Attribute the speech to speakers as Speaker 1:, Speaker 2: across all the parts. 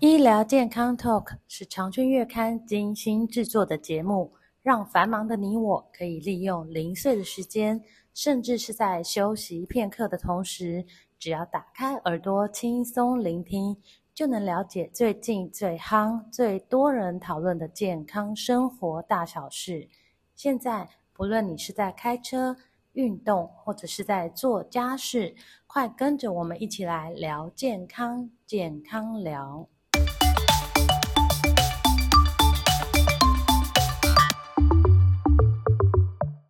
Speaker 1: 医疗健康 Talk 是长春月刊精心制作的节目，让繁忙的你我可以利用零碎的时间，甚至是在休息片刻的同时，只要打开耳朵轻松聆听，就能了解最近最夯、最多人讨论的健康生活大小事。现在，不论你是在开车、运动，或者是在做家事，快跟着我们一起来聊健康，健康聊。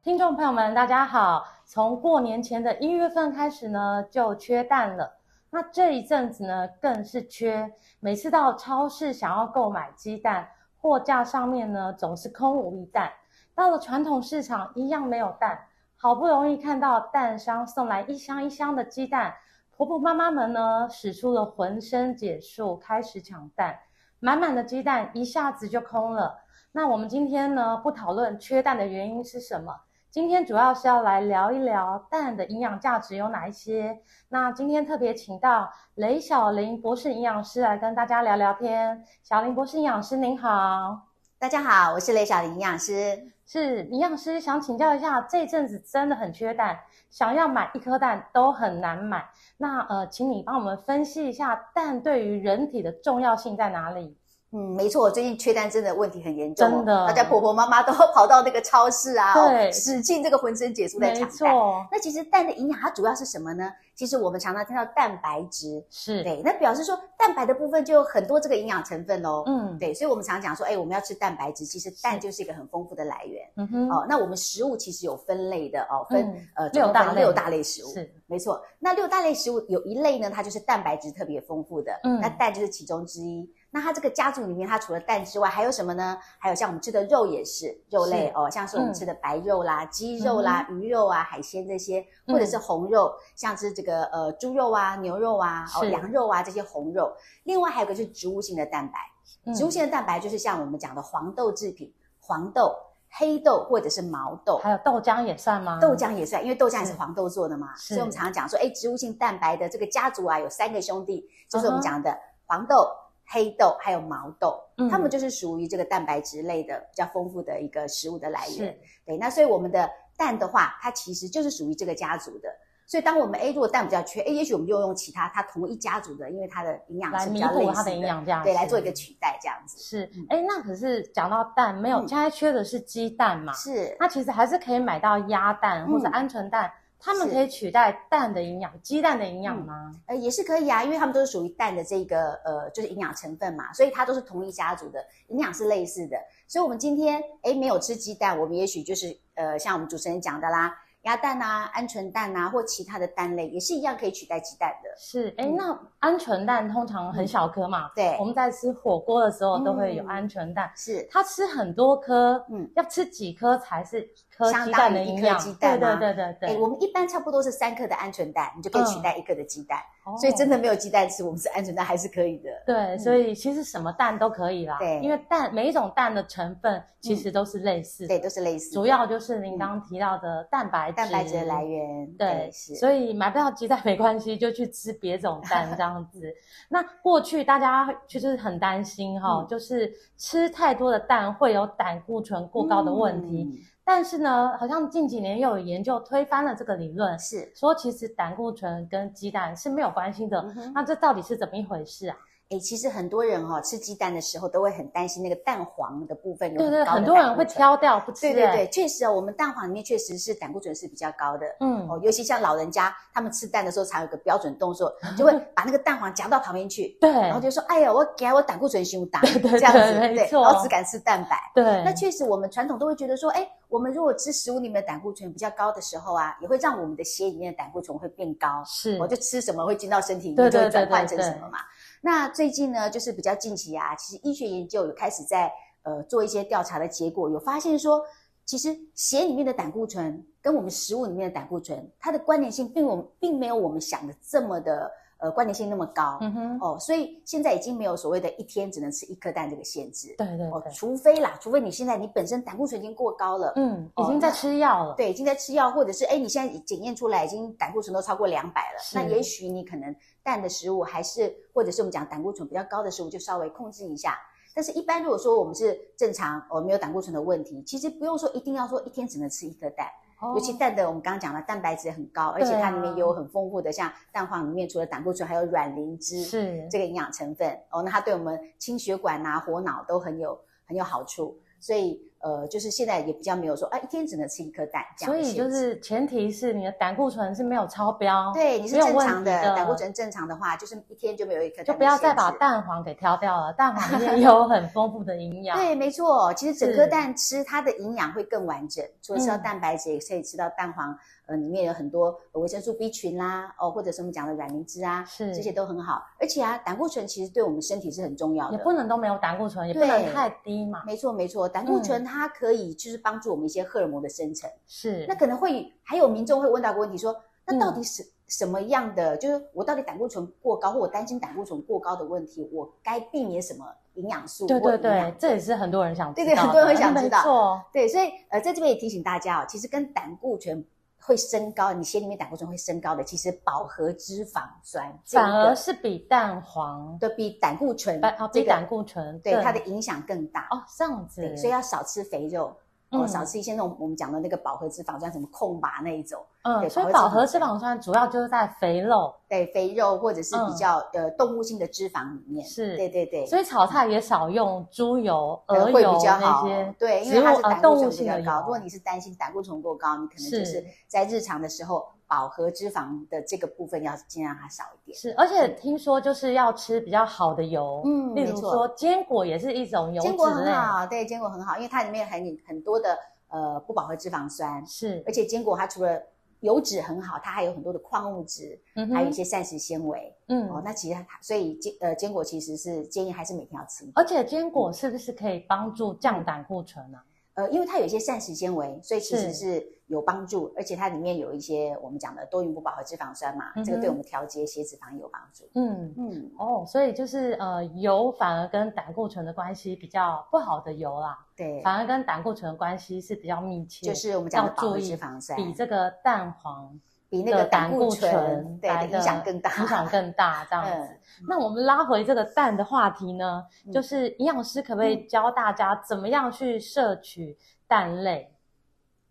Speaker 1: 听众朋友们，大家好！从过年前的一月份开始呢，就缺蛋了。那这一阵子呢，更是缺。每次到超市想要购买鸡蛋，货架上面呢总是空无一蛋。到了传统市场，一样没有蛋。好不容易看到蛋商送来一箱一箱的鸡蛋，婆婆妈妈们呢使出了浑身解数，开始抢蛋，满满的鸡蛋一下子就空了。那我们今天呢不讨论缺蛋的原因是什么，今天主要是要来聊一聊蛋的营养价值有哪一些。那今天特别请到雷小林博士营养师来跟大家聊聊天。小林博士营养师您好，
Speaker 2: 大家好，我是雷小林营养师。
Speaker 1: 是营养师想请教一下，这阵子真的很缺蛋，想要买一颗蛋都很难买。那呃，请你帮我们分析一下蛋对于人体的重要性在哪里？
Speaker 2: 嗯，没错，最近缺蛋真的问题很严重、哦，
Speaker 1: 真的
Speaker 2: 大家婆婆妈妈都跑到那个超市啊，哦
Speaker 1: 对
Speaker 2: 使尽这个浑身解数在
Speaker 1: 没
Speaker 2: 抢蛋。
Speaker 1: 错，
Speaker 2: 那其实蛋的营养它主要是什么呢？其实我们常常听到蛋白质，
Speaker 1: 是，
Speaker 2: 对，那表示说蛋白的部分就有很多这个营养成分喽。
Speaker 1: 嗯，
Speaker 2: 对，所以我们常讲说，哎，我们要吃蛋白质，其实
Speaker 1: 是
Speaker 2: 蛋就是一个很丰富的来源。
Speaker 1: 嗯哼，
Speaker 2: 哦，那我们食物其实有分类的哦，分、
Speaker 1: 嗯
Speaker 2: 呃
Speaker 1: 六
Speaker 2: 总共分
Speaker 1: 大类
Speaker 2: 六大类食物，
Speaker 1: 是，
Speaker 2: 没错。那六大类食物有一类呢，它就是蛋白质特别丰富的，
Speaker 1: 嗯
Speaker 2: 那蛋就是其中之一。那它这个家族里面，它除了蛋之外，还有什么呢？还有像我们吃的肉也是肉类
Speaker 1: 是
Speaker 2: 哦，像是我们
Speaker 1: 嗯
Speaker 2: 吃的白肉啦、鸡肉啦、鱼肉啊、海鲜这些，
Speaker 1: 嗯
Speaker 2: 或者是红肉，像是这个呃猪肉啊、牛肉啊、哦
Speaker 1: 是
Speaker 2: 羊肉啊这些红肉。另外还有一个就是植物性的蛋白。
Speaker 1: 嗯
Speaker 2: 植物性的蛋白就是像我们讲的黄豆制品，黄豆、黑豆或者是毛豆。
Speaker 1: 还有豆浆也算吗？
Speaker 2: 豆浆也算，因为豆浆也是
Speaker 1: 是
Speaker 2: 黄豆做的嘛，
Speaker 1: 啊是
Speaker 2: 所以我们常常讲说，哎，植物性蛋白的这个家族啊，有三个兄弟，就是
Speaker 1: 嗯
Speaker 2: 我们
Speaker 1: 哼
Speaker 2: 讲的黄豆、黑豆还有毛豆，
Speaker 1: 嗯
Speaker 2: 它们就是属于这个蛋白质类的比较丰富的一个食物的来源。
Speaker 1: 是，
Speaker 2: 对，那所以我们的蛋的话，它其实就是属于这个家族的。所以当我们哎，如果蛋比较缺，哎，也许我们就用其他它同一家族的，因为它的营养
Speaker 1: 来
Speaker 2: 是比
Speaker 1: 弥
Speaker 2: 较类
Speaker 1: 补它
Speaker 2: 似
Speaker 1: 的营养价值，
Speaker 2: 对，来做一个取代这样子。
Speaker 1: 是
Speaker 2: 嗯。
Speaker 1: 哎，那可是讲到蛋，没有，
Speaker 2: 嗯
Speaker 1: 现在缺的是鸡蛋嘛？
Speaker 2: 是，
Speaker 1: 那其实还是可以买到鸭蛋或者
Speaker 2: 嗯
Speaker 1: 鹌鹑蛋，它们
Speaker 2: 是
Speaker 1: 可以取代蛋的营养，鸡蛋的营养吗？
Speaker 2: 呃，也是可以啊，因为它们都是属于蛋的这个呃，就是营养成分嘛，所以它都是同一家族的，营养是类似的。所以我们今天诶没有吃鸡蛋，我们也许就是呃，像我们主持人讲的啦，鸭蛋啊、鹌鹑蛋啊，或其他的蛋类也是一样可以取代鸡蛋的。
Speaker 1: 是，哎，
Speaker 2: 嗯
Speaker 1: 那鹌鹑蛋通常很小颗嘛，
Speaker 2: 对
Speaker 1: 我，们在吃火锅的时候都会有
Speaker 2: 嗯
Speaker 1: 鹌鹑蛋，
Speaker 2: 是
Speaker 1: 它吃很多颗，
Speaker 2: 嗯
Speaker 1: 要吃几颗才是一颗
Speaker 2: 相
Speaker 1: 鸡
Speaker 2: 当
Speaker 1: 蛋
Speaker 2: 于
Speaker 1: 的
Speaker 2: 一
Speaker 1: 营
Speaker 2: 颗
Speaker 1: 养？
Speaker 2: 鸡蛋
Speaker 1: 对
Speaker 2: 吗
Speaker 1: 对对对
Speaker 2: 诶，
Speaker 1: 对，
Speaker 2: 哎我们一般差不多是三颗的鹌鹑蛋，你就可以取代一颗的鸡蛋。
Speaker 1: 哦
Speaker 2: 所以真的没有鸡蛋吃，我们吃鹌鹑蛋还是可以的。
Speaker 1: 对，所以其实什么蛋都可以啦，
Speaker 2: 嗯对嗯
Speaker 1: 因为蛋每一种蛋的成分其实都是类似的，
Speaker 2: 对，都是类似的。
Speaker 1: 主要就是您刚刚提到的蛋白质，
Speaker 2: 蛋白质的来。源，哎
Speaker 1: 对，
Speaker 2: 是。
Speaker 1: 所以买不到鸡蛋没关系，就去吃别种蛋 这样子。那过去大家就是很担心哈、
Speaker 2: 嗯
Speaker 1: 就是吃太多的蛋会有胆固醇过高的问题。
Speaker 2: 嗯
Speaker 1: 但是呢，好像近几年又有研究推翻了这个理论，
Speaker 2: 嗯是。
Speaker 1: 说其实胆固醇跟鸡蛋是没有关系的。
Speaker 2: 嗯哼
Speaker 1: 那这到底是怎么一回事啊？
Speaker 2: 哎，其实很多人哈、哦、吃鸡蛋的时候都会很担心那个蛋黄的部分有
Speaker 1: 对对，
Speaker 2: 高的
Speaker 1: 很多人
Speaker 2: 胆固
Speaker 1: 会
Speaker 2: 醇。
Speaker 1: 挑掉不吃、
Speaker 2: 对对
Speaker 1: 哎
Speaker 2: 对，确实哦，我们蛋黄里面确实是胆固醇是比较高的。
Speaker 1: 嗯，
Speaker 2: 哦，尤其像老人家，他们吃蛋的时候，常有个标准动作，就 会把那个蛋黄夹到旁边去，
Speaker 1: 嗯对，
Speaker 2: 然后就说：“哎呀，我给我胆固醇胸大，
Speaker 1: 对
Speaker 2: 这样子，
Speaker 1: 对没
Speaker 2: 对，
Speaker 1: 错
Speaker 2: 然后只敢吃蛋白。”
Speaker 1: 对，
Speaker 2: 那确实，我们传统都会觉得说，哎，我们如果吃食物里面的胆固醇比较高的时候啊，也会让我们的血里面的胆固醇会变高。
Speaker 1: 是
Speaker 2: 我就吃什么会进到身体里
Speaker 1: 对
Speaker 2: 面，就
Speaker 1: 对
Speaker 2: 会
Speaker 1: 对
Speaker 2: 转
Speaker 1: 对
Speaker 2: 换成
Speaker 1: 对
Speaker 2: 什么嘛。那最近呢，就是比较近期啊，其实医学研究有开始在呃做一些调查的结果，有发现说，其实血里面的胆固醇跟我们食物里面的胆固醇，它的关联性并我们并没有我们想的这么的呃关联性那么高。
Speaker 1: 嗯哼，
Speaker 2: 哦，所以现在已经没有所谓的一天只能吃一颗蛋这个限制。
Speaker 1: 对对
Speaker 2: 哦
Speaker 1: 对，，
Speaker 2: 除非啦，除非你现在你本身胆固醇已经过高了，
Speaker 1: 嗯，
Speaker 2: 哦
Speaker 1: 已经在吃药了，
Speaker 2: 对，已经在吃药，或者是哎，你现在检验出来已经胆固醇都超过两百了，
Speaker 1: 是
Speaker 2: 那也许你可能蛋的食物还是，或者是我们讲胆固醇比较高的食物就稍微控制一下。但是，一般如果说我们是正常，我、哦、没有胆固醇的问题，其实不用说一定要说一天只能吃一颗蛋，
Speaker 1: 哦
Speaker 2: 尤其蛋的我们刚刚讲了，蛋白质很高，而且
Speaker 1: 对啊
Speaker 2: 它里面也有很丰富的，像蛋黄里面除了胆固醇，还有卵磷脂
Speaker 1: 是
Speaker 2: 这个营养成分哦，那它对我们清血管呐、活脑都很有很有好处。所以呃，就是现在也比较没有说啊，一天只能吃一颗蛋这
Speaker 1: 所
Speaker 2: 样的
Speaker 1: 以
Speaker 2: 限制。
Speaker 1: 就是前提是你的胆固醇是没有超标，
Speaker 2: 对你是
Speaker 1: 没有
Speaker 2: 正
Speaker 1: 问
Speaker 2: 常
Speaker 1: 题
Speaker 2: 的
Speaker 1: 的
Speaker 2: 胆固醇正常的话，就是一天就没有一颗蛋的
Speaker 1: 就不要再
Speaker 2: 限
Speaker 1: 把
Speaker 2: 制
Speaker 1: 蛋黄给挑掉了，蛋黄里 面也有很丰富的营养。
Speaker 2: 对，没错，其实整
Speaker 1: 是
Speaker 2: 颗蛋吃它的营养会更完整，除了吃到
Speaker 1: 嗯
Speaker 2: 蛋白质，也可以吃到蛋黄，呃，里面有很多呃维生素 B 群啦，哦，或者是我们讲的卵磷脂啊，
Speaker 1: 是
Speaker 2: 这些都很好。而且啊，胆固醇其实对我们身体是很重要
Speaker 1: 也
Speaker 2: 的。
Speaker 1: 不能都没有胆固醇，也不
Speaker 2: 对
Speaker 1: 能太低嘛。
Speaker 2: 没错，没错，胆固
Speaker 1: 嗯
Speaker 2: 醇它可以就是帮助我们一些荷尔蒙的生成。
Speaker 1: 是，
Speaker 2: 那可能会还有民众会问到个问题说，那
Speaker 1: 嗯
Speaker 2: 到底是什么样的？就是我到底胆固醇过高，或我担心胆固醇过高的问题，我该避免什么营养素
Speaker 1: 对
Speaker 2: 或
Speaker 1: 对
Speaker 2: 营养
Speaker 1: 对，这也是很多人想知道
Speaker 2: 对对
Speaker 1: 的，
Speaker 2: 很多人会想
Speaker 1: 没
Speaker 2: 知道
Speaker 1: 错，
Speaker 2: 对，所以呃，在这边也提醒大家哦，其实跟胆固醇会升高，你血里面胆固醇会升高的，其实饱和脂肪酸这
Speaker 1: 反而
Speaker 2: 个
Speaker 1: 是比蛋黄，
Speaker 2: 都比胆固醇
Speaker 1: 反啊
Speaker 2: 这
Speaker 1: 比
Speaker 2: 个
Speaker 1: 胆固醇
Speaker 2: 对
Speaker 1: 更
Speaker 2: 它的影响更大。
Speaker 1: 哦这样子
Speaker 2: 对，，所以要少吃肥肉，哦，
Speaker 1: 嗯
Speaker 2: 少吃一些那种我们讲的那个饱和脂肪酸，什么控吧那一种，对
Speaker 1: 嗯，所以
Speaker 2: 饱
Speaker 1: 饱
Speaker 2: 和
Speaker 1: 和
Speaker 2: 脂
Speaker 1: 脂
Speaker 2: 肪
Speaker 1: 肪酸主要就是在肥肉，
Speaker 2: 对，肥肉或者是比
Speaker 1: 嗯
Speaker 2: 较呃动物性的脂肪里面，
Speaker 1: 是
Speaker 2: 对对对。
Speaker 1: 所以炒菜也少用猪油、
Speaker 2: 呃
Speaker 1: 鹅
Speaker 2: 会
Speaker 1: 油
Speaker 2: 比较
Speaker 1: 那
Speaker 2: 好
Speaker 1: 些，，
Speaker 2: 对，因
Speaker 1: 植
Speaker 2: 为它
Speaker 1: 物
Speaker 2: 是
Speaker 1: 呃
Speaker 2: 胆
Speaker 1: 动
Speaker 2: 固
Speaker 1: 物
Speaker 2: 醇比
Speaker 1: 性
Speaker 2: 较
Speaker 1: 的
Speaker 2: 高。
Speaker 1: 油
Speaker 2: 如果你是担心胆固醇过高，你可能就是
Speaker 1: 是
Speaker 2: 在日常的时候，饱和脂肪的这个部分要尽量让它少一点。
Speaker 1: 是，而且听说就是要吃比较好的油，
Speaker 2: 嗯
Speaker 1: 例
Speaker 2: 没
Speaker 1: 如
Speaker 2: 错
Speaker 1: 说坚果也是一种油
Speaker 2: 坚果
Speaker 1: 脂
Speaker 2: 很
Speaker 1: 类，
Speaker 2: 好，对，坚果很好，因为它里面含有很多的呃不饱和脂肪酸，
Speaker 1: 是
Speaker 2: 而，且坚果它除了油脂很好，它还有很多的矿物质，
Speaker 1: 嗯
Speaker 2: 还有一
Speaker 1: 哼，
Speaker 2: 些膳食纤维。哦
Speaker 1: 嗯，，
Speaker 2: 那其实它所以坚呃坚果其实是建议还是每天要吃一点。
Speaker 1: 而且坚果是不是可以帮助降胆固醇啊呢？
Speaker 2: 呃，因为它有一些膳食纤维，所以其实
Speaker 1: 是
Speaker 2: 是有帮助，而且它里面有一些我们讲的多元不饱和脂肪酸嘛，
Speaker 1: 嗯哼
Speaker 2: 这个对我们调节血脂肪也有帮助。
Speaker 1: 嗯。
Speaker 2: 嗯，
Speaker 1: 哦，所以就是呃，油反而跟胆固醇的关系比较不好的油啦，
Speaker 2: 对，
Speaker 1: 反而跟胆固醇的关系是比较密切，
Speaker 2: 就是我们讲的
Speaker 1: 要
Speaker 2: 饱和
Speaker 1: 注意
Speaker 2: 脂肪酸，
Speaker 1: 比这个蛋 黄
Speaker 2: 比那
Speaker 1: 的
Speaker 2: 个胆
Speaker 1: 胆
Speaker 2: 固
Speaker 1: 固
Speaker 2: 醇
Speaker 1: 醇
Speaker 2: 对
Speaker 1: 来
Speaker 2: 的
Speaker 1: 的
Speaker 2: 影响更大，
Speaker 1: 影响更大这样子。
Speaker 2: 嗯
Speaker 1: 那我们拉回这个蛋的话题呢，
Speaker 2: 嗯
Speaker 1: 就是营养师可不可以教大家怎么样去摄取蛋类？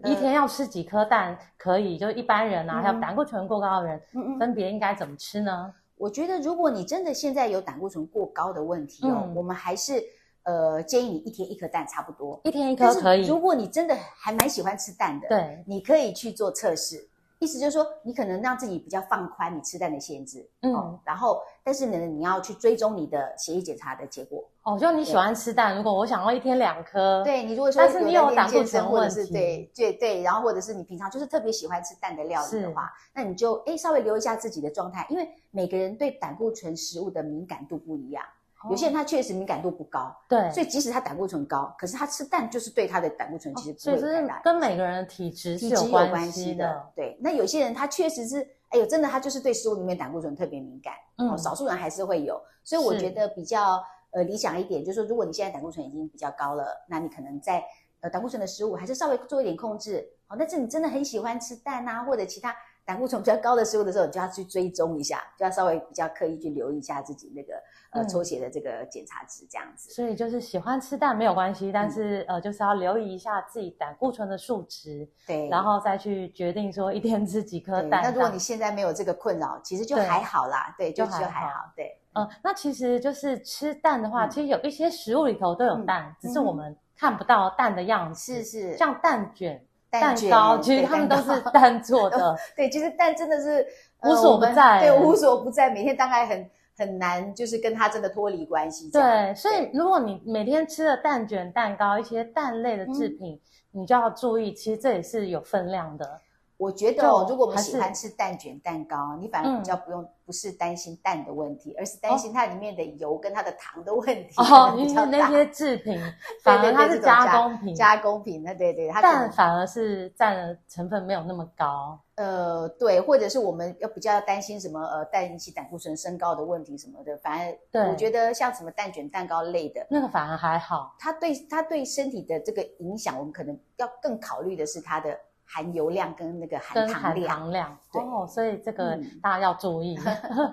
Speaker 2: 嗯
Speaker 1: 一天要吃几颗蛋可以？就一般人啊，还
Speaker 2: 嗯
Speaker 1: 有胆固醇过高的人，
Speaker 2: 嗯嗯。
Speaker 1: 分别应该怎么吃呢？
Speaker 2: 我觉得如果你真的现在有胆固醇过高的问题哦，
Speaker 1: 嗯
Speaker 2: 我们还是呃建议你一天一颗蛋差不多。
Speaker 1: 一天一
Speaker 2: 但
Speaker 1: 颗
Speaker 2: 是
Speaker 1: 可以？
Speaker 2: 如果你真的还蛮喜欢吃蛋的，
Speaker 1: 对，
Speaker 2: 你可以去做测试，意思就是说，你可能让自己比较放宽你吃蛋的限制，
Speaker 1: 嗯
Speaker 2: 哦，然后但是呢，你要去追踪你的血液检查的结果。
Speaker 1: 哦，就你喜欢吃蛋，如果我想要一天两颗，，
Speaker 2: 对你如果说
Speaker 1: 但是你有
Speaker 2: 在练
Speaker 1: 胆固
Speaker 2: 健身
Speaker 1: 醇
Speaker 2: 或者
Speaker 1: 问
Speaker 2: 是
Speaker 1: 题
Speaker 2: 对对对，然后或者是你平常就是特别喜欢吃蛋的料理的
Speaker 1: 是
Speaker 2: 话，那你就哎稍微留意一下自己的状态，因为每个人对胆固醇食物的敏感度不一样，有些人他确实敏感度不高，
Speaker 1: 哦对，
Speaker 2: 所以即使他胆固醇高，可是他吃蛋就是对他的胆固醇其实
Speaker 1: 哦
Speaker 2: 不
Speaker 1: 所
Speaker 2: 会
Speaker 1: 以就
Speaker 2: 有太
Speaker 1: 是
Speaker 2: 大影
Speaker 1: 跟每个人的体质是
Speaker 2: 体质有关
Speaker 1: 关
Speaker 2: 系
Speaker 1: 系
Speaker 2: 的。对，那有些人他确实是，哎呦，真的他就是对食物里面胆固醇特别敏感，哦，
Speaker 1: 嗯，
Speaker 2: 少数人还是会有。所以我
Speaker 1: 是
Speaker 2: 觉得比较呃理想一点，就是说，如果你现在胆固醇已经比较高了，那你可能在呃胆固醇的食物还是稍微做一点控制。哦，但是你真的很喜欢吃蛋啊，或者其他胆固醇比较高的食物的时候，你就要去追踪一下，就要稍微比较刻意去留意一下自己那个呃
Speaker 1: 嗯
Speaker 2: 抽血的这个检查值这样子。
Speaker 1: 所以就是喜欢吃蛋没有关系，
Speaker 2: 嗯
Speaker 1: 但是、呃，就是要留意一下自己胆固醇的数值，
Speaker 2: 对，
Speaker 1: 然后再去决定说一天吃几颗
Speaker 2: 对
Speaker 1: 蛋。
Speaker 2: 那如果你现在没有这个困扰，其实就
Speaker 1: 对
Speaker 2: 还好啦，对，就
Speaker 1: 就
Speaker 2: 就
Speaker 1: 还
Speaker 2: 还
Speaker 1: 好
Speaker 2: 好，对。
Speaker 1: 嗯、呃，那其实就是吃蛋的话，
Speaker 2: 嗯
Speaker 1: 其实有一些食物里头都有蛋，只是我们看不到蛋的样子。
Speaker 2: 是是，
Speaker 1: 像蛋卷、
Speaker 2: 蛋卷
Speaker 1: 糕，
Speaker 2: 对
Speaker 1: 其实它们都
Speaker 2: 蛋
Speaker 1: 是
Speaker 2: 糕
Speaker 1: 蛋做 的。
Speaker 2: 对，其实蛋真的是、呃
Speaker 1: 无所
Speaker 2: 我们
Speaker 1: 不在
Speaker 2: 对，无所不在，每天大概很很难，就是跟它真的脱离关系这样。
Speaker 1: 对，所以如果你每天吃的蛋
Speaker 2: 嗯
Speaker 1: 卷、蛋糕、一些蛋类的制品，你就要注意，其实这也是有分量的。
Speaker 2: 我觉得哦，
Speaker 1: 就
Speaker 2: 如果我们
Speaker 1: 还
Speaker 2: 喜
Speaker 1: 是嗯
Speaker 2: 欢吃蛋卷蛋糕，你反而比较不用、不是担心蛋的问题，而是担心它里面的油跟它的糖的问题。
Speaker 1: 哦，
Speaker 2: 比
Speaker 1: 因
Speaker 2: 较
Speaker 1: 为那
Speaker 2: 大
Speaker 1: 些制品，反而它
Speaker 2: 对
Speaker 1: 是
Speaker 2: 这种加
Speaker 1: 加工品，
Speaker 2: 加工品，那对对，它可能
Speaker 1: 但反而是占的成分没有那么高。
Speaker 2: 呃，对，或者是我们要比较担心什么呃，蛋引起胆固醇升高的问题什么的。反
Speaker 1: 对
Speaker 2: 而我觉得像什么蛋卷蛋糕类的，
Speaker 1: 那个反而还好。
Speaker 2: 它对它对身体的这个影响，我们可能要更考虑的是它的含油量跟那个含
Speaker 1: 跟
Speaker 2: 糖
Speaker 1: 含
Speaker 2: 量。
Speaker 1: 糖量
Speaker 2: 对
Speaker 1: 哦，所以这个
Speaker 2: 嗯
Speaker 1: 大家要注意。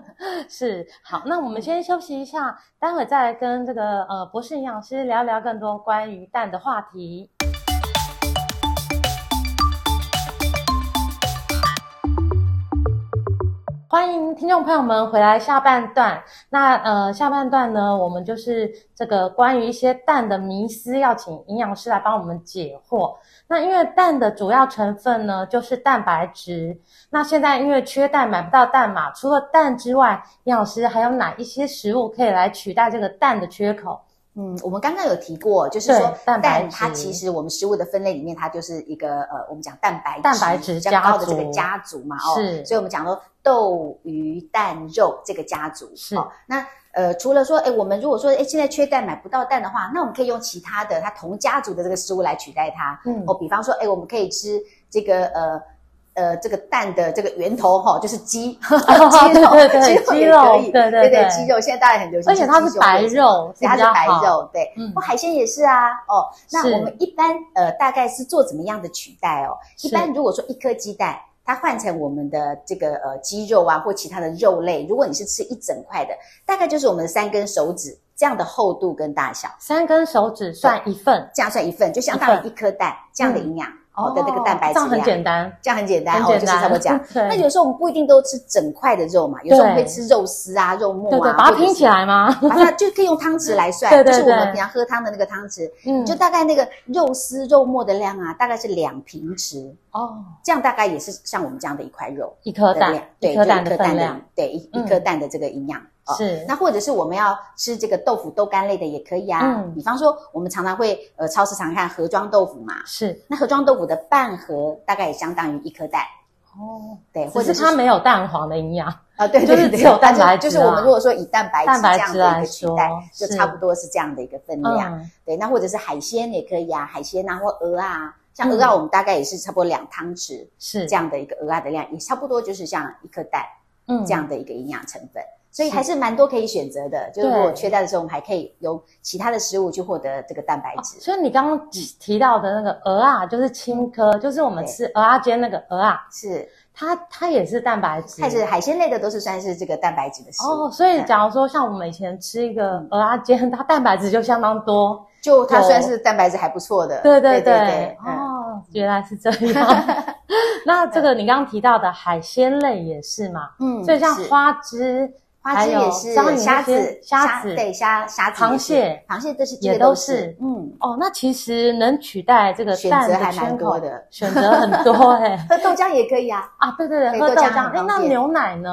Speaker 1: 是好，那我们先休息一下，待会再来跟这个呃博士营养师聊聊更多关于蛋的话题。欢迎听众朋友们回来下半段。那呃，下半段呢，我们就是这个关于一些蛋的迷思，要请营养师来帮我们解惑。那因为蛋的主要成分呢，就是蛋白质。那现在因为缺蛋买不到蛋嘛，除了蛋之外，营养师还有哪一些食物可以来取代这个蛋的缺口？
Speaker 2: 嗯，我们刚刚有提过，就是
Speaker 1: 对
Speaker 2: 说
Speaker 1: 蛋白
Speaker 2: 蛋它
Speaker 1: 质
Speaker 2: 其实我们食物的分类里面，它就是一个呃，我们讲蛋白
Speaker 1: 蛋白质
Speaker 2: 比较
Speaker 1: 家
Speaker 2: 高的这个
Speaker 1: 族
Speaker 2: 家族嘛，哦，
Speaker 1: 是
Speaker 2: 所以我们讲说豆鱼蛋肉这个家族
Speaker 1: 是
Speaker 2: 哦，那呃，除了说，哎，我们如果说，哎，现在缺蛋买不到蛋的话，那我们可以用其他的它同家族的这个食物来取代它。
Speaker 1: 嗯
Speaker 2: 哦，比方说，哎，我们可以吃这个呃呃这个蛋的这个源头哈、哦，就是鸡， 鸡肉，
Speaker 1: 哦对对对
Speaker 2: 鸡
Speaker 1: 鸡
Speaker 2: 肉
Speaker 1: 肉
Speaker 2: 也可以，
Speaker 1: 对对
Speaker 2: 对
Speaker 1: 对
Speaker 2: 鸡肉，现在大家很流行
Speaker 1: 而
Speaker 2: 吃
Speaker 1: 且
Speaker 2: 鸡胸
Speaker 1: 它
Speaker 2: 肉，
Speaker 1: 是白肉，
Speaker 2: 对它
Speaker 1: 比
Speaker 2: 是
Speaker 1: 较
Speaker 2: 白
Speaker 1: 好。
Speaker 2: 肉，对。
Speaker 1: 嗯
Speaker 2: 哦，海鲜也是啊，哦，那
Speaker 1: 是
Speaker 2: 我们一般呃大概是做怎么样的取代哦？一
Speaker 1: 是
Speaker 2: 般如果说一颗鸡蛋，它换成我们的这个呃鸡肉啊或其他的肉类，如果你是吃一整块的，大概就是我们的三根手指这样的厚度跟大小，
Speaker 1: 三根手指算一份
Speaker 2: 这样算一份，就相当于一颗蛋这样的营养、哦的那个蛋白质
Speaker 1: 这样很
Speaker 2: 量。
Speaker 1: 简单，
Speaker 2: 这样很简单
Speaker 1: 很
Speaker 2: 哦，
Speaker 1: 简
Speaker 2: 就是差不 多这样。
Speaker 1: 单
Speaker 2: 那
Speaker 1: 对
Speaker 2: 有时候我们不一定都吃整块的肉嘛，有时候我们会
Speaker 1: 对
Speaker 2: 吃肉丝啊、肉末啊，
Speaker 1: 对对，把它
Speaker 2: 或者
Speaker 1: 拼
Speaker 2: 是
Speaker 1: 起，来吗？
Speaker 2: 把它就可以用汤匙来 算，
Speaker 1: 对对
Speaker 2: 就是我们
Speaker 1: 对
Speaker 2: 平常喝汤的那个汤匙，
Speaker 1: 嗯，
Speaker 2: 就大概那个肉丝肉末的量啊，大概是两平匙，
Speaker 1: 哦，
Speaker 2: 这样大概也是像我们这样的一块肉
Speaker 1: 一颗
Speaker 2: 的量
Speaker 1: 蛋，，
Speaker 2: 对，
Speaker 1: 一
Speaker 2: 就
Speaker 1: 颗
Speaker 2: 一
Speaker 1: 蛋
Speaker 2: 颗
Speaker 1: 的
Speaker 2: 蛋
Speaker 1: 分
Speaker 2: 的
Speaker 1: 量，
Speaker 2: 对，一
Speaker 1: 嗯
Speaker 2: 一颗蛋的这个营养。哦
Speaker 1: 是
Speaker 2: 那或者是我们要吃这个豆腐豆干类的也可以啊，
Speaker 1: 嗯
Speaker 2: 比方说我们常常会呃超市常看盒装豆腐嘛，
Speaker 1: 是
Speaker 2: 那盒装豆腐的半盒大概也相当于一颗蛋，
Speaker 1: 哦，
Speaker 2: 对，或
Speaker 1: 只
Speaker 2: 者
Speaker 1: 是呃
Speaker 2: 是
Speaker 1: 它没有蛋黄的营养，
Speaker 2: 啊，对
Speaker 1: 就
Speaker 2: 对
Speaker 1: 是
Speaker 2: 对，
Speaker 1: 只有蛋白质啊
Speaker 2: 它就就是我们如果说以蛋白质
Speaker 1: 蛋白
Speaker 2: 这样
Speaker 1: 质
Speaker 2: 的一
Speaker 1: 来
Speaker 2: 个取代
Speaker 1: 说，
Speaker 2: 就是差不多是这样的一个分量。
Speaker 1: 嗯，
Speaker 2: 对，那或者是海鲜也可以啊，海鲜啊或鹅啊，像
Speaker 1: 嗯
Speaker 2: 鹅啊，我们大概也是差不多两汤匙
Speaker 1: 是
Speaker 2: 这，样的一个鹅啊的量，也差不多就是像一颗蛋
Speaker 1: 嗯
Speaker 2: 这样的一个营养成分，所以还是蛮多可以选择的。就是如果缺蛋的时候，我们还可以由其他的食物去获得这个蛋白
Speaker 1: 哦
Speaker 2: 质。
Speaker 1: 所以你刚刚提提到的那个鹅啊，就是青稞，就是我们
Speaker 2: 对
Speaker 1: 吃鹅啊煎那个鹅啊，
Speaker 2: 是，
Speaker 1: 它它也是蛋白质。
Speaker 2: 它是海鲜类的都是算是这个蛋白质的嗯食物，
Speaker 1: 哦，所以假如说像我们以前吃一个鹅啊煎，它蛋白质就相当多。
Speaker 2: 就它
Speaker 1: 有
Speaker 2: 算是蛋白质还不错的。
Speaker 1: 对对
Speaker 2: 对
Speaker 1: 对，
Speaker 2: 嗯。
Speaker 1: 哦，原来是这 样。那这个你刚刚提到的海鲜类也是嘛？
Speaker 2: 嗯
Speaker 1: 所以像
Speaker 2: 是
Speaker 1: 花枝、
Speaker 2: 花枝
Speaker 1: 还
Speaker 2: 也
Speaker 1: 有
Speaker 2: 是
Speaker 1: 章鱼那
Speaker 2: 虾子
Speaker 1: 些、虾子
Speaker 2: 对虾虾子也是、
Speaker 1: 螃蟹
Speaker 2: 螃蟹这是这
Speaker 1: 也
Speaker 2: 个都
Speaker 1: 都
Speaker 2: 是
Speaker 1: 是，
Speaker 2: 嗯，
Speaker 1: 哦，那其实能取代这个
Speaker 2: 选
Speaker 1: 蛋
Speaker 2: 择
Speaker 1: 的
Speaker 2: 还
Speaker 1: 缺口
Speaker 2: 蛮多，的。
Speaker 1: 选择很多哎、
Speaker 2: 喝豆浆也可以啊。
Speaker 1: 啊，对对
Speaker 2: 对
Speaker 1: 对，喝
Speaker 2: 豆
Speaker 1: 豆
Speaker 2: 浆很
Speaker 1: 浆。哎，
Speaker 2: 方嗯
Speaker 1: 那
Speaker 2: 便
Speaker 1: 牛奶呢？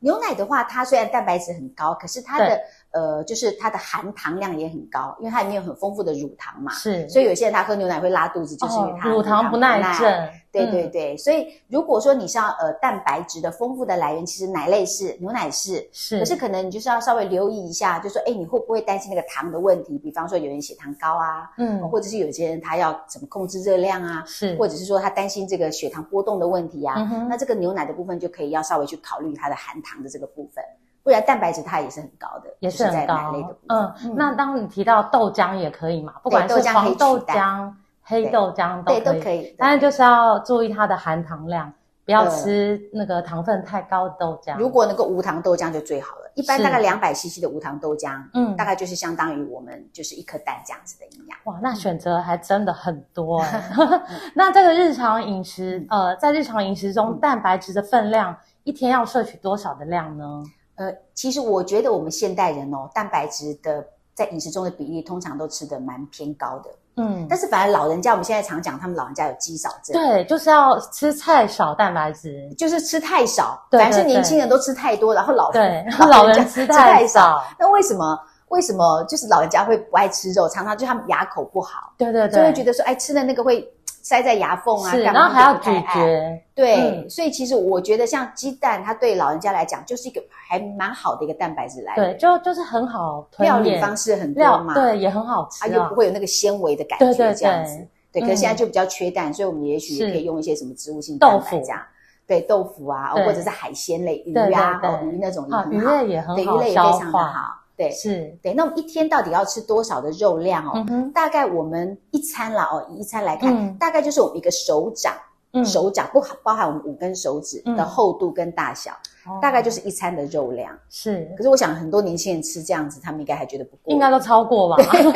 Speaker 2: 牛奶的话，它虽然蛋白质很高，可是它的呃，就是它的含糖量也很高，因为它里面有很丰富的乳糖嘛。
Speaker 1: 是，
Speaker 2: 所以有些人他喝牛奶会拉肚子，就是因为
Speaker 1: 哦
Speaker 2: 他
Speaker 1: 乳糖不耐
Speaker 2: 症。
Speaker 1: 症，
Speaker 2: 对
Speaker 1: 嗯
Speaker 2: 对对，所以如果说你是要呃蛋白质的丰富的来源，其实奶类是，牛奶是。
Speaker 1: 是，
Speaker 2: 可是可能你就是要稍微留意一下，就说，哎，你会不会担心那个糖的问题？比方说有人血糖高啊，
Speaker 1: 嗯
Speaker 2: 或者是有些人他要怎么控制热量啊，
Speaker 1: 是，
Speaker 2: 或者是说他担心这个血糖波动的问题啊，
Speaker 1: 嗯哼
Speaker 2: 那这个牛奶的部分就可以要稍微去考虑它的含糖的这个部分，不然蛋白质它也是很高的，
Speaker 1: 也
Speaker 2: 就
Speaker 1: 是
Speaker 2: 是
Speaker 1: 很
Speaker 2: 在奶
Speaker 1: 高
Speaker 2: 类的部分。
Speaker 1: 嗯，那当你提到豆浆也可以嘛，不
Speaker 2: 对
Speaker 1: 管
Speaker 2: 豆
Speaker 1: 是
Speaker 2: 浆可以
Speaker 1: 黄
Speaker 2: 取
Speaker 1: 豆
Speaker 2: 代
Speaker 1: 浆、黑
Speaker 2: 对
Speaker 1: 豆浆
Speaker 2: 嗯对
Speaker 1: 都
Speaker 2: 都可以。
Speaker 1: 但是就是要注意它的含糖量，不要
Speaker 2: 呃
Speaker 1: 吃那个糖分太高的豆浆。
Speaker 2: 如果能够无糖豆浆就最好了，一般
Speaker 1: 是
Speaker 2: 大概两百 CC 的无糖豆浆，
Speaker 1: 嗯
Speaker 2: 大，概就是相当于我们就是一颗蛋这样子的营养。
Speaker 1: 哇，那选择还真的很多 哎、 那这个日常饮食，呃，在日常饮食
Speaker 2: 嗯
Speaker 1: 中，蛋白质的分量一天要摄取多少的量呢？
Speaker 2: 呃，其实我觉得我们现代人哦，蛋白质的在饮食中的比例通常都吃的蛮偏高的，
Speaker 1: 嗯，
Speaker 2: 但是反而老人家，我们现在常讲他们老人家有肌少症，
Speaker 1: 对，就是要吃菜少蛋白质，
Speaker 2: 就是吃太少，
Speaker 1: 对
Speaker 2: 凡是
Speaker 1: 对
Speaker 2: 年轻人都吃太多，然后老，
Speaker 1: 对 老
Speaker 2: 家
Speaker 1: 人吃太
Speaker 2: 少。
Speaker 1: 少，
Speaker 2: 那为什么？为什么就是老人家会不爱吃肉？常常就他们牙口不好，
Speaker 1: 对对
Speaker 2: 就会
Speaker 1: 对，
Speaker 2: 觉得说，哎，吃了那个会塞在牙缝啊，
Speaker 1: 是，
Speaker 2: 干
Speaker 1: 然后
Speaker 2: 嘛
Speaker 1: 还要
Speaker 2: 就不
Speaker 1: 咀
Speaker 2: 太爱哎
Speaker 1: 嚼，
Speaker 2: 对，
Speaker 1: 嗯
Speaker 2: 所以其实我觉得像鸡蛋，它对老人家来讲就是一个还蛮好的一个蛋白质来源。
Speaker 1: 对，就就是很好吞
Speaker 2: 料理
Speaker 1: 咽，
Speaker 2: 方式很多
Speaker 1: 料
Speaker 2: 嘛，
Speaker 1: 对也很好
Speaker 2: 啊，
Speaker 1: 吃
Speaker 2: 又
Speaker 1: 啊
Speaker 2: 不，会有那个纤维的感
Speaker 1: 对
Speaker 2: 觉，
Speaker 1: 对
Speaker 2: 这样子。
Speaker 1: 对，
Speaker 2: 对，可是现在
Speaker 1: 嗯
Speaker 2: 就比较缺蛋，所以我们也许
Speaker 1: 是
Speaker 2: 可以用一些什么植物性
Speaker 1: 豆
Speaker 2: 蛋白
Speaker 1: 腐
Speaker 2: 这样，对豆腐啊，哦
Speaker 1: 对
Speaker 2: 或者是海鲜类鱼
Speaker 1: 对对
Speaker 2: 啊，
Speaker 1: 对
Speaker 2: 哦鱼那种也
Speaker 1: 好鱼
Speaker 2: 很好，
Speaker 1: 类也很
Speaker 2: 对鱼
Speaker 1: 好
Speaker 2: 类也非
Speaker 1: 消
Speaker 2: 常的
Speaker 1: 化，
Speaker 2: 好，对
Speaker 1: 是，
Speaker 2: 对。那我们一天到底要吃多少的肉量哦？
Speaker 1: 嗯哼，
Speaker 2: 大概我们一餐啦哦，以一餐来看，
Speaker 1: 嗯
Speaker 2: 大概就是我们一个手掌，
Speaker 1: 嗯，
Speaker 2: 手掌不含包含我们五根手指的
Speaker 1: 嗯
Speaker 2: 厚度跟大小，
Speaker 1: 哦
Speaker 2: 大概就是一餐的肉量。
Speaker 1: 是
Speaker 2: 可是我想很多年轻人吃这样子，他们应该还觉得不够，
Speaker 1: 应该都超过吧，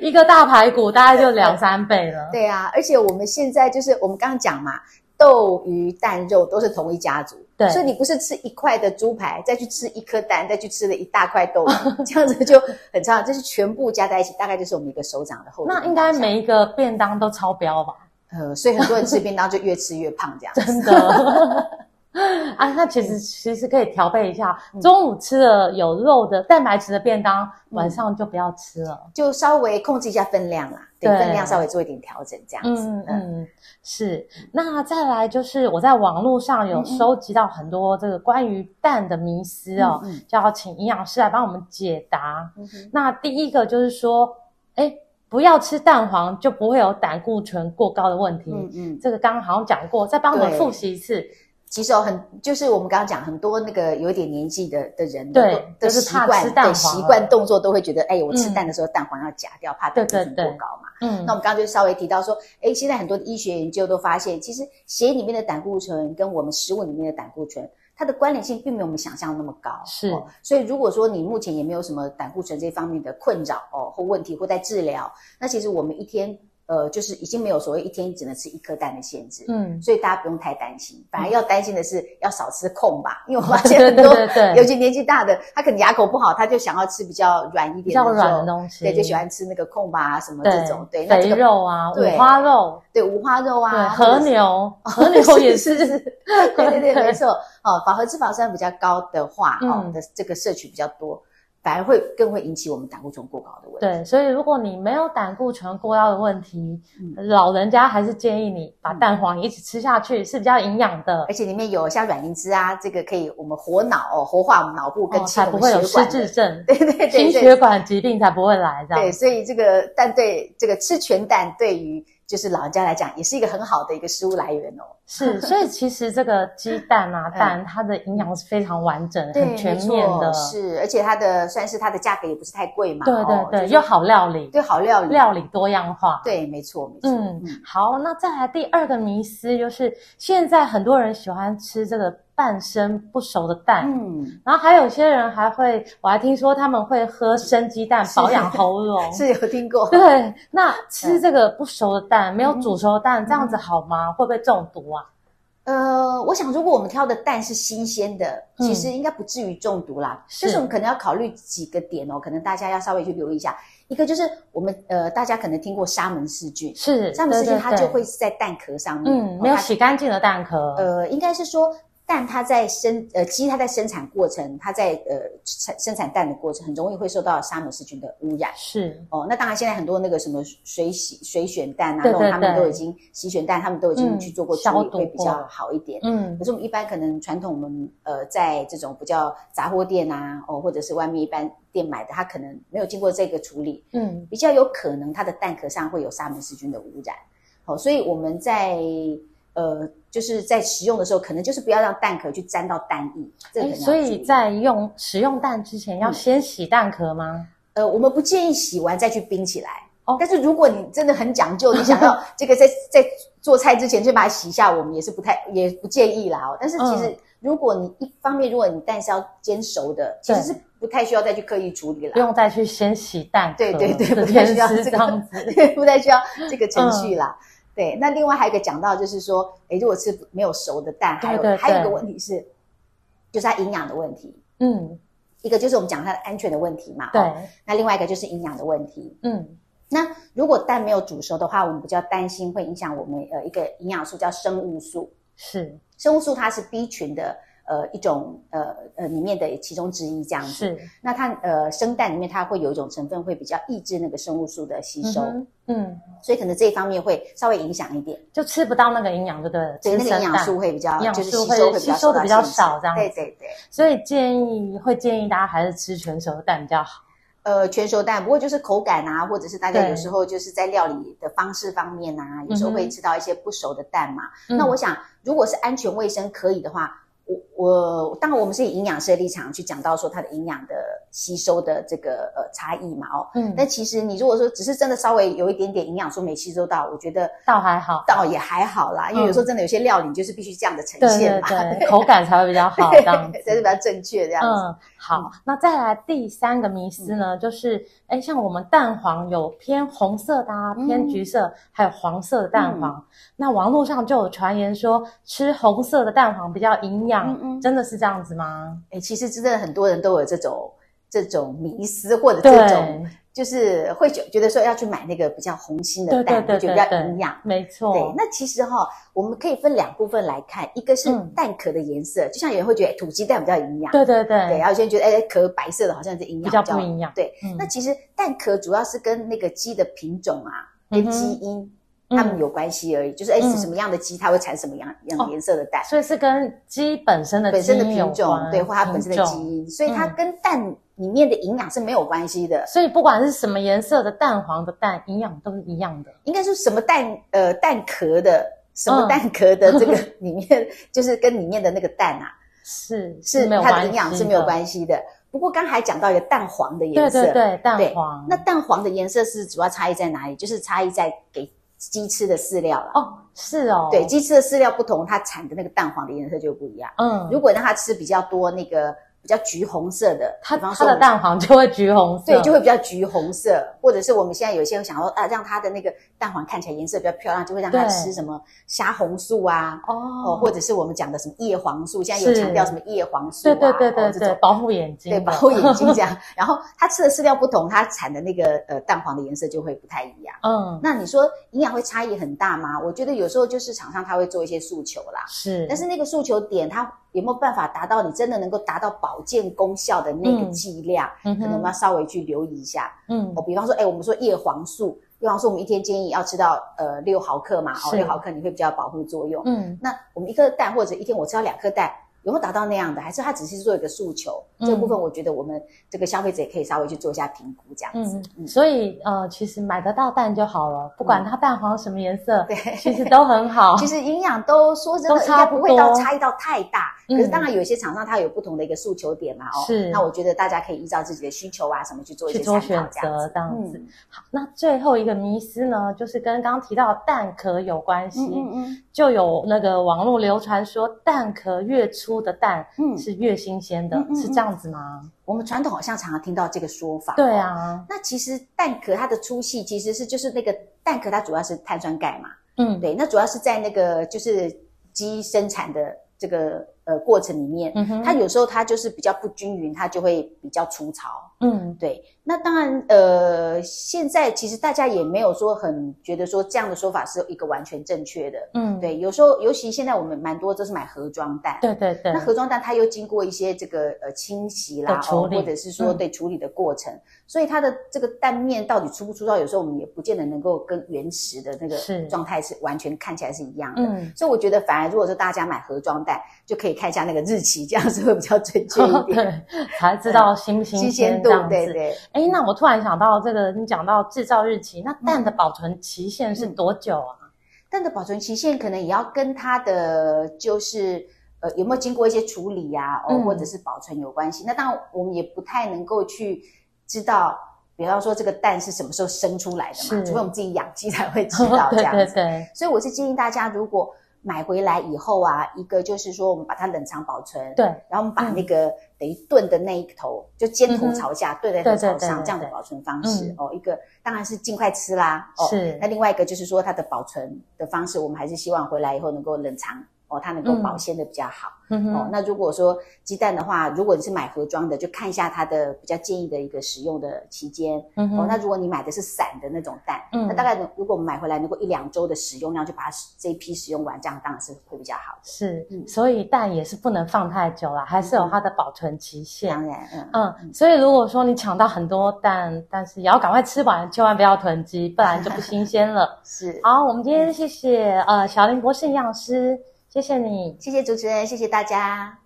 Speaker 1: 一个大排骨大概就两三倍了，
Speaker 2: 对啊，而且我们现在就是我们刚刚讲嘛，豆鱼蛋肉都是同一家族，
Speaker 1: 对
Speaker 2: 所以你不是吃一块的猪排，再去吃一颗蛋，再去吃了一大块豆腐， 这样子就很差，这是全部加在一起，大概就是我们一个手掌的厚度。
Speaker 1: 那应该每一个便当都超标吧？
Speaker 2: 呃，所以很多人吃便当就越吃越胖这样子。
Speaker 1: 真的。 啊，那其实
Speaker 2: 嗯
Speaker 1: 其实可以调配一下，中午吃了有肉的蛋白质的便当，
Speaker 2: 嗯
Speaker 1: 晚上就不要吃了。
Speaker 2: 就稍微控制一下分量啦，对
Speaker 1: 对
Speaker 2: 分量稍微做一点调整，这样子。
Speaker 1: 嗯嗯，是。那再来就是我在网络上
Speaker 2: 嗯
Speaker 1: 有收集到很多这个关于蛋的迷思哦，
Speaker 2: 嗯
Speaker 1: 就要请营养师来帮我们解答。
Speaker 2: 嗯哼
Speaker 1: 那第一个就是说，哎，不要吃蛋黄，就不会有胆固醇过高的问题。
Speaker 2: 嗯嗯，
Speaker 1: 这个刚刚好像讲过，再帮我们
Speaker 2: 对
Speaker 1: 复习一次。
Speaker 2: 其实哦，很就是我们刚刚讲，很多那个有一点年纪的的人，
Speaker 1: 对
Speaker 2: 都
Speaker 1: 就
Speaker 2: 的
Speaker 1: 是
Speaker 2: 习
Speaker 1: 怕
Speaker 2: 惯
Speaker 1: 吃蛋
Speaker 2: 对
Speaker 1: 黄
Speaker 2: 习
Speaker 1: 了
Speaker 2: 惯动作都会觉得，哎，我吃
Speaker 1: 嗯
Speaker 2: 蛋的时候蛋黄要夹掉，怕胆固
Speaker 1: 对
Speaker 2: 醇
Speaker 1: 对
Speaker 2: 过
Speaker 1: 对
Speaker 2: 高嘛。
Speaker 1: 嗯
Speaker 2: 那我们刚刚就稍微提到说，哎，现在很多的医学研究都发现，其实血液里面的胆固醇跟我们食物里面的胆固醇，它的关联性并没有我们想象那么高。
Speaker 1: 是
Speaker 2: 哦所以如果说你目前也没有什么胆固醇这方面的困扰哦或问题或在治疗，那其实我们一天呃就是已经没有所谓一天只能吃一颗蛋的限制。
Speaker 1: 嗯，
Speaker 2: 所以大家不用太担心，反而要担心的是要少吃 控吧，因为我发现
Speaker 1: 对
Speaker 2: 很
Speaker 1: 对
Speaker 2: 多，
Speaker 1: 对对，
Speaker 2: 尤其年纪大的，他可能牙口不好，他就想要吃比较软一点的
Speaker 1: 比较软的
Speaker 2: 肉
Speaker 1: 东西，
Speaker 2: 对，就喜欢吃那个控吧啊什么
Speaker 1: 对
Speaker 2: 这种，对，那这
Speaker 1: 肥
Speaker 2: 个
Speaker 1: 肉啊，
Speaker 2: 对
Speaker 1: 五花肉，
Speaker 2: 对五花肉
Speaker 1: 对，
Speaker 2: 啊，
Speaker 1: 和
Speaker 2: 或者是，
Speaker 1: 牛，和牛也是，
Speaker 2: 是 对 对对，
Speaker 1: 对
Speaker 2: 没错，哦，饱和脂肪酸比较高的话，哦
Speaker 1: 嗯
Speaker 2: 的这个摄取比较多，反而会更会引起我们胆固醇过高的问题。
Speaker 1: 对，所以如果你没有胆固醇过高的问题，
Speaker 2: 嗯
Speaker 1: 老人家还是建议你把
Speaker 2: 嗯哎
Speaker 1: 蛋黄一起吃下去，是比较营养的
Speaker 2: 而，且里面有像软磷脂啊，这个可以我们活脑哦，活化我们脑部跟
Speaker 1: 哦
Speaker 2: 清
Speaker 1: 才
Speaker 2: 我
Speaker 1: 不
Speaker 2: 们
Speaker 1: 会有
Speaker 2: 血
Speaker 1: 失
Speaker 2: 管的。
Speaker 1: 智症、
Speaker 2: 对对对，
Speaker 1: 心
Speaker 2: 对
Speaker 1: 血管疾病才不会来这
Speaker 2: 对，
Speaker 1: 样。
Speaker 2: 所以这个蛋对这个吃全蛋对于就是老人家来讲，也是一个很好的一个食物来源哦。
Speaker 1: 是，所以其实这个鸡蛋啊
Speaker 2: 嗯
Speaker 1: 蛋，它的营养是非常完整、
Speaker 2: 对，
Speaker 1: 很全
Speaker 2: 没错
Speaker 1: 面的，
Speaker 2: 是，而且它的算是它的价格也不是太贵嘛。
Speaker 1: 对
Speaker 2: 哦
Speaker 1: 对对，
Speaker 2: 就是
Speaker 1: 又好料理，
Speaker 2: 对好料理，
Speaker 1: 料理多样化。
Speaker 2: 对，没错没错。
Speaker 1: 嗯，好，那再来第二个迷思就是，现在很多人喜欢吃这个半生不熟的蛋，
Speaker 2: 嗯，
Speaker 1: 然后还有些人还会，我还听说他们会喝生鸡蛋
Speaker 2: 是
Speaker 1: 保养喉咙。
Speaker 2: 是有听过。
Speaker 1: 对，那吃这个不熟的蛋，没有煮熟的蛋，
Speaker 2: 嗯
Speaker 1: 这样子好吗？会不会中毒啊？
Speaker 2: 呃，我想如果我们挑的蛋是新鲜的，
Speaker 1: 嗯
Speaker 2: 其实应该不至于中毒啦。
Speaker 1: 是
Speaker 2: 就是我们可能要考虑几个点哦，可能大家要稍微去留意一下。一个就是我们呃，大家可能听过沙门氏菌，
Speaker 1: 是，
Speaker 2: 沙门氏
Speaker 1: 对
Speaker 2: 菌
Speaker 1: 对
Speaker 2: 它
Speaker 1: 对
Speaker 2: 就会是在蛋壳上面，
Speaker 1: 嗯，
Speaker 2: 哦
Speaker 1: 没有
Speaker 2: 它
Speaker 1: 洗干净的蛋壳，
Speaker 2: 呃，应该是说蛋它在生呃鸡它在生产过程，它在呃产生产蛋的过程，很容易会受到沙门氏菌的污染。
Speaker 1: 是，
Speaker 2: 哦，那当然，现在很多那个什么水洗水选蛋啊，
Speaker 1: 对
Speaker 2: 那
Speaker 1: 对
Speaker 2: 种他们
Speaker 1: 对
Speaker 2: 都已经洗选蛋，他们都已经
Speaker 1: 嗯
Speaker 2: 去做过
Speaker 1: 消
Speaker 2: 处理，
Speaker 1: 毒
Speaker 2: 会比
Speaker 1: 过
Speaker 2: 较好一点。
Speaker 1: 嗯
Speaker 2: 可，是我们一般可能传统我们呃在这种比较杂货店啊，哦或者是外面一般店买的，它可能没有经过这个处理，
Speaker 1: 嗯，
Speaker 2: 比较有可能它的蛋壳上会有沙门氏菌的污染。好、所以我们在呃就是在食用的时候，可能就是不要让蛋壳去沾到蛋液，这个
Speaker 1: 诶
Speaker 2: 可能要
Speaker 1: 所
Speaker 2: 注
Speaker 1: 以
Speaker 2: 意
Speaker 1: 在用使用蛋之前要
Speaker 2: 嗯
Speaker 1: 先洗蛋壳吗？
Speaker 2: 呃我们不建议洗完再去冰起来。
Speaker 1: 哦
Speaker 2: 但是如果你真的很讲究，你想 要这个在在做菜之前就把它洗一下，我们也是不太也不建议啦哦。但是其
Speaker 1: 嗯
Speaker 2: 实如果你一方面，如果你蛋是要煎熟的，其实
Speaker 1: 对
Speaker 2: 是不太需要再去刻意处理啦
Speaker 1: 不。用再去先洗蛋壳，
Speaker 2: 对对对，
Speaker 1: 这
Speaker 2: 不太
Speaker 1: 件
Speaker 2: 需要
Speaker 1: 事
Speaker 2: 这
Speaker 1: 这
Speaker 2: 个
Speaker 1: 样子。，
Speaker 2: 对， 不太需要这个程
Speaker 1: 嗯
Speaker 2: 序啦。对，那另外还有一个讲到就是说，诶，如果吃没有熟的蛋，还有
Speaker 1: 对对对
Speaker 2: 还有一个问题是，就是它营养的问题。
Speaker 1: 嗯，
Speaker 2: 一个就是我们讲它的安全的问题嘛，哦
Speaker 1: 对，
Speaker 2: 那另外一个就是营养的问题。
Speaker 1: 嗯，
Speaker 2: 那如果蛋没有煮熟的话，我们比较担心会影响我们呃一个营养素叫生物素。
Speaker 1: 是，
Speaker 2: 生物素它是 B 群的呃一种呃呃里面的其中之一这样子。
Speaker 1: 是，
Speaker 2: 那它呃生蛋里面它会有一种成分会比较抑制那个生物素的吸收，
Speaker 1: 嗯哼嗯，
Speaker 2: 所以可能这一方面会稍微影响一点，
Speaker 1: 就吃不到那个营养，对不对？
Speaker 2: 对那
Speaker 1: 吃
Speaker 2: 个营
Speaker 1: 生
Speaker 2: 养
Speaker 1: 蛋
Speaker 2: 素会比较
Speaker 1: 营养
Speaker 2: 就是
Speaker 1: 素
Speaker 2: 吸收
Speaker 1: 会
Speaker 2: 会比较
Speaker 1: 吸收
Speaker 2: 受
Speaker 1: 得
Speaker 2: 到
Speaker 1: 比较
Speaker 2: 限制
Speaker 1: 少这样
Speaker 2: 对
Speaker 1: 子
Speaker 2: 对对，
Speaker 1: 所以建议会建议大家还是吃全熟蛋比较好。
Speaker 2: 呃全熟蛋，不过就是口感啊，或者是大家
Speaker 1: 对
Speaker 2: 有时候就是在料理的方式方面啊，有时候
Speaker 1: 嗯
Speaker 2: 会
Speaker 1: 哼
Speaker 2: 吃到一些不熟的蛋嘛。那
Speaker 1: 嗯
Speaker 2: 我想，如果是安全卫生可以的话，我我当然我们是以营养师的立场去讲到说它的营养的吸收的这个呃差异嘛哦。
Speaker 1: 嗯，
Speaker 2: 但其实你如果说只是真的稍微有一点点营养素没吸收到，我觉得
Speaker 1: 倒还好，
Speaker 2: 倒也还好啦，因为有时候真的有些料理就是必须这样的呈现嘛，
Speaker 1: 对对对，口感才会比较 好，这样
Speaker 2: 才是
Speaker 1: 子
Speaker 2: 比。较正确这样子。嗯
Speaker 1: 嗯，好，那再来第三个迷思呢，就是哎，像我们蛋黄有偏红色的啊，
Speaker 2: 嗯
Speaker 1: 偏橘色，还有黄色的蛋黄。那网络上就有传言说吃红色的蛋黄比较营养，
Speaker 2: 嗯嗯
Speaker 1: 真的是这样子吗？
Speaker 2: 哎、其实真的很多人都有这种这种迷思或者这种
Speaker 1: 对，
Speaker 2: 就是会觉觉得说要去买那个比较红心的
Speaker 1: 对对
Speaker 2: 蛋，
Speaker 1: 对
Speaker 2: 就
Speaker 1: 对
Speaker 2: 比较
Speaker 1: 对哦
Speaker 2: 营养。
Speaker 1: 没
Speaker 2: 对
Speaker 1: 错，，
Speaker 2: 那其实哈、我们可以分两部分来看，一个是
Speaker 1: 嗯
Speaker 2: 蛋壳的颜色，就像有人会觉得哎土鸡蛋比较营养，
Speaker 1: 对对对，
Speaker 2: 对，然后有些人觉得哎壳白色的好像是营养
Speaker 1: 比较不营养。
Speaker 2: 对，
Speaker 1: 嗯
Speaker 2: 那其实蛋壳主要是跟那个鸡的品种啊、
Speaker 1: 嗯
Speaker 2: 跟
Speaker 1: 哼
Speaker 2: 基因
Speaker 1: 嗯
Speaker 2: 它们有关系而已，就是哎
Speaker 1: 嗯
Speaker 2: 是什么样的鸡它会产什么样
Speaker 1: 哦
Speaker 2: 样颜色的蛋，
Speaker 1: 所以是跟鸡本身的
Speaker 2: 本身的
Speaker 1: 基因有
Speaker 2: 品种
Speaker 1: 关
Speaker 2: 对或它本身的
Speaker 1: 品
Speaker 2: 基
Speaker 1: 种
Speaker 2: 因，所以它
Speaker 1: 嗯
Speaker 2: 跟蛋里面的营养是没有关系的。
Speaker 1: 所以不管是什么颜色的蛋黄的蛋，营养都是一样的。
Speaker 2: 应该说什么蛋呃蛋壳的什么
Speaker 1: 嗯
Speaker 2: 蛋壳的这个里面，就是跟里面的那个蛋啊，
Speaker 1: 是
Speaker 2: 是
Speaker 1: 没有
Speaker 2: 它
Speaker 1: 关系
Speaker 2: 的营养是没有关系的。不过刚才讲到一个蛋黄的颜
Speaker 1: 对
Speaker 2: 色，
Speaker 1: 对对，蛋
Speaker 2: 对
Speaker 1: 黄。
Speaker 2: 那蛋黄的颜色是主要差异在哪里？就是差异在给鸡吃的饲料了。
Speaker 1: 哦，是哦，
Speaker 2: 对，鸡吃的饲料不同，它产的那个蛋黄的颜色就不一样。
Speaker 1: 嗯，
Speaker 2: 如果让它吃比较多那个比较橘红色的，
Speaker 1: 它
Speaker 2: 比方
Speaker 1: 它
Speaker 2: 说我
Speaker 1: 的
Speaker 2: 们
Speaker 1: 蛋黄就会橘红色，
Speaker 2: 对，就会比较橘红色，或者是我们现在有些人想要啊，让它的那个蛋黄看起来颜色比较漂亮，就会让它
Speaker 1: 对
Speaker 2: 吃什么虾红素啊，哦，
Speaker 1: 哦，
Speaker 2: 或者是我们讲的什么叶黄素，现在有
Speaker 1: 是
Speaker 2: 强调什么叶黄素
Speaker 1: 对
Speaker 2: 啊，
Speaker 1: 对对
Speaker 2: 哦
Speaker 1: 对
Speaker 2: 这
Speaker 1: 对，
Speaker 2: 种
Speaker 1: 保护眼睛
Speaker 2: 对
Speaker 1: 的，
Speaker 2: 保护眼睛这样。然后它吃的饲料不同，它产的那个呃蛋黄的颜色就会不太一样。
Speaker 1: 嗯，
Speaker 2: 那你说营养会差异很大吗？我觉得有时候就是厂商他会做一些诉求啦，
Speaker 1: 是，
Speaker 2: 但是那个诉求点它有没有办法达到你真的能够达到保健功效的那个
Speaker 1: 嗯
Speaker 2: 剂量，
Speaker 1: 嗯
Speaker 2: 可能我们
Speaker 1: 哼
Speaker 2: 要稍微去留意一下。
Speaker 1: 嗯
Speaker 2: 哦，比方说，哎，我们说叶黄素，叶黄素我们一天建议要吃到呃六毫克嘛，哦，
Speaker 1: 是
Speaker 2: 六毫克你会比较有保护作用。
Speaker 1: 嗯
Speaker 2: 那我们一颗蛋或者一天我吃到两颗蛋，有没有达到那样的？还是它只是做一个诉求？
Speaker 1: 嗯
Speaker 2: 这个部分我觉得我们这个消费者也可以稍微去做一下评估，这样子
Speaker 1: 嗯。
Speaker 2: 嗯
Speaker 1: 嗯，所以呃，其实买得到蛋就好了，不管它蛋黄什么颜色，
Speaker 2: 对，
Speaker 1: 其实都很好，
Speaker 2: 其实营养都说真的
Speaker 1: 都
Speaker 2: 应该
Speaker 1: 差不
Speaker 2: 不
Speaker 1: 多
Speaker 2: 会到差异到太大，可
Speaker 1: 嗯
Speaker 2: 是当然有一些厂商它有不同的一个诉求点嘛，哦，
Speaker 1: 是
Speaker 2: 那我觉得大家可以依照自己的需求啊什么去做一
Speaker 1: 去
Speaker 2: 些
Speaker 1: 做
Speaker 2: 参考，
Speaker 1: 选
Speaker 2: 这样
Speaker 1: 择
Speaker 2: 子。
Speaker 1: 这样子
Speaker 2: 嗯。
Speaker 1: 好，那最后一个迷思呢，就是跟刚刚提到的蛋壳有关系，
Speaker 2: 嗯嗯嗯
Speaker 1: 就有那个网络流传说蛋壳越粗的蛋
Speaker 2: 嗯，
Speaker 1: 是越新鲜的，
Speaker 2: 嗯嗯
Speaker 1: 是这样子吗？
Speaker 2: 我们传统好像常常听到这个说法，
Speaker 1: 对。啊，
Speaker 2: 那其实蛋壳它的粗细其实是就是那个蛋壳它主要是碳酸钙嘛，
Speaker 1: 嗯，
Speaker 2: 对，那主要是在那个就是鸡生产的这个呃过程里面，
Speaker 1: 嗯哼，
Speaker 2: 它有时候它就是比较不均匀，它就会比较粗糙。
Speaker 1: 嗯
Speaker 2: 对，那当然呃，现在其实大家也没有说很觉得说这样的说法是一个完全正确的。
Speaker 1: 嗯，
Speaker 2: 对，有时候尤其现在我们蛮多都是买盒装蛋，
Speaker 1: 对对对
Speaker 2: 那，盒装蛋它又经过一些这个呃清洗啦哦
Speaker 1: 的，处理
Speaker 2: 或者是说
Speaker 1: 嗯
Speaker 2: 对处理的过程，所以它的这个蛋面到底粗不粗糙，有时候我们也不见得能够跟原始的那个
Speaker 1: 是
Speaker 2: 状态是完全看起来是一样的。
Speaker 1: 嗯，
Speaker 2: 所以我觉得，反而如果说大家买盒装蛋，就可以看一下那个日期，这样子会比较准确一点，
Speaker 1: 对，才知道新不
Speaker 2: 新
Speaker 1: 新
Speaker 2: 鲜
Speaker 1: 鲜
Speaker 2: 度
Speaker 1: 这样，
Speaker 2: 对
Speaker 1: 子。
Speaker 2: 对。
Speaker 1: 哎，那我突然想到这个，你讲到制造日期，
Speaker 2: 嗯
Speaker 1: 那蛋的保存期限是多久啊？
Speaker 2: 蛋的保存期限可能也要跟它的就是呃有没有经过一些处理呀、哦，
Speaker 1: 嗯
Speaker 2: 或者是保存有关系。那当然我们也不太能够去知道，比方说这个蛋是什么时候生出来的嘛，
Speaker 1: 是
Speaker 2: 除非我们自己养鸡才 会知道这
Speaker 1: 对
Speaker 2: 样
Speaker 1: 对
Speaker 2: 子。
Speaker 1: 对，
Speaker 2: 所以我是建议大家，如果买回来以后啊，一个就是说我们把它冷藏保存，
Speaker 1: 对，
Speaker 2: 然后我们把
Speaker 1: 嗯
Speaker 2: 那个等于炖的那一头，就尖头
Speaker 1: 嗯哼
Speaker 2: 朝下，炖的
Speaker 1: 对
Speaker 2: 头
Speaker 1: 对
Speaker 2: 朝
Speaker 1: 对
Speaker 2: 上
Speaker 1: 对
Speaker 2: 这样的
Speaker 1: 对
Speaker 2: 保存方式
Speaker 1: 嗯
Speaker 2: 哦。一个当然是尽快吃啦，哦，
Speaker 1: 是
Speaker 2: 那另外一个就是说它的保存的方式，我们还是希望回来以后能够冷藏哦，它能够保鲜的比较好。
Speaker 1: 嗯
Speaker 2: 哦，
Speaker 1: 哼，
Speaker 2: 那如果说鸡蛋的话，如果你是买盒装的，就看一下它的比较建议的一个使用的期间。
Speaker 1: 嗯
Speaker 2: 哦，那
Speaker 1: 哼，
Speaker 2: 如果你买的是散的那种蛋，
Speaker 1: 嗯
Speaker 2: 那大概能如果我们买回来能够一两周的使用量，就把它这一批使用完，这样当然是会比较好的。
Speaker 1: 是，
Speaker 2: 嗯
Speaker 1: 所以蛋也是不能放太久了，还是有
Speaker 2: 嗯
Speaker 1: 它的保存期限。
Speaker 2: 当然，嗯，。
Speaker 1: 嗯，所以如果说你抢到很多蛋，但是也要赶快吃完，千万不要囤积，不然就不新鲜了
Speaker 2: 是。
Speaker 1: 好，我们今天谢谢呃小林博士营养师，谢谢你。
Speaker 2: 谢谢主持人，谢谢大家。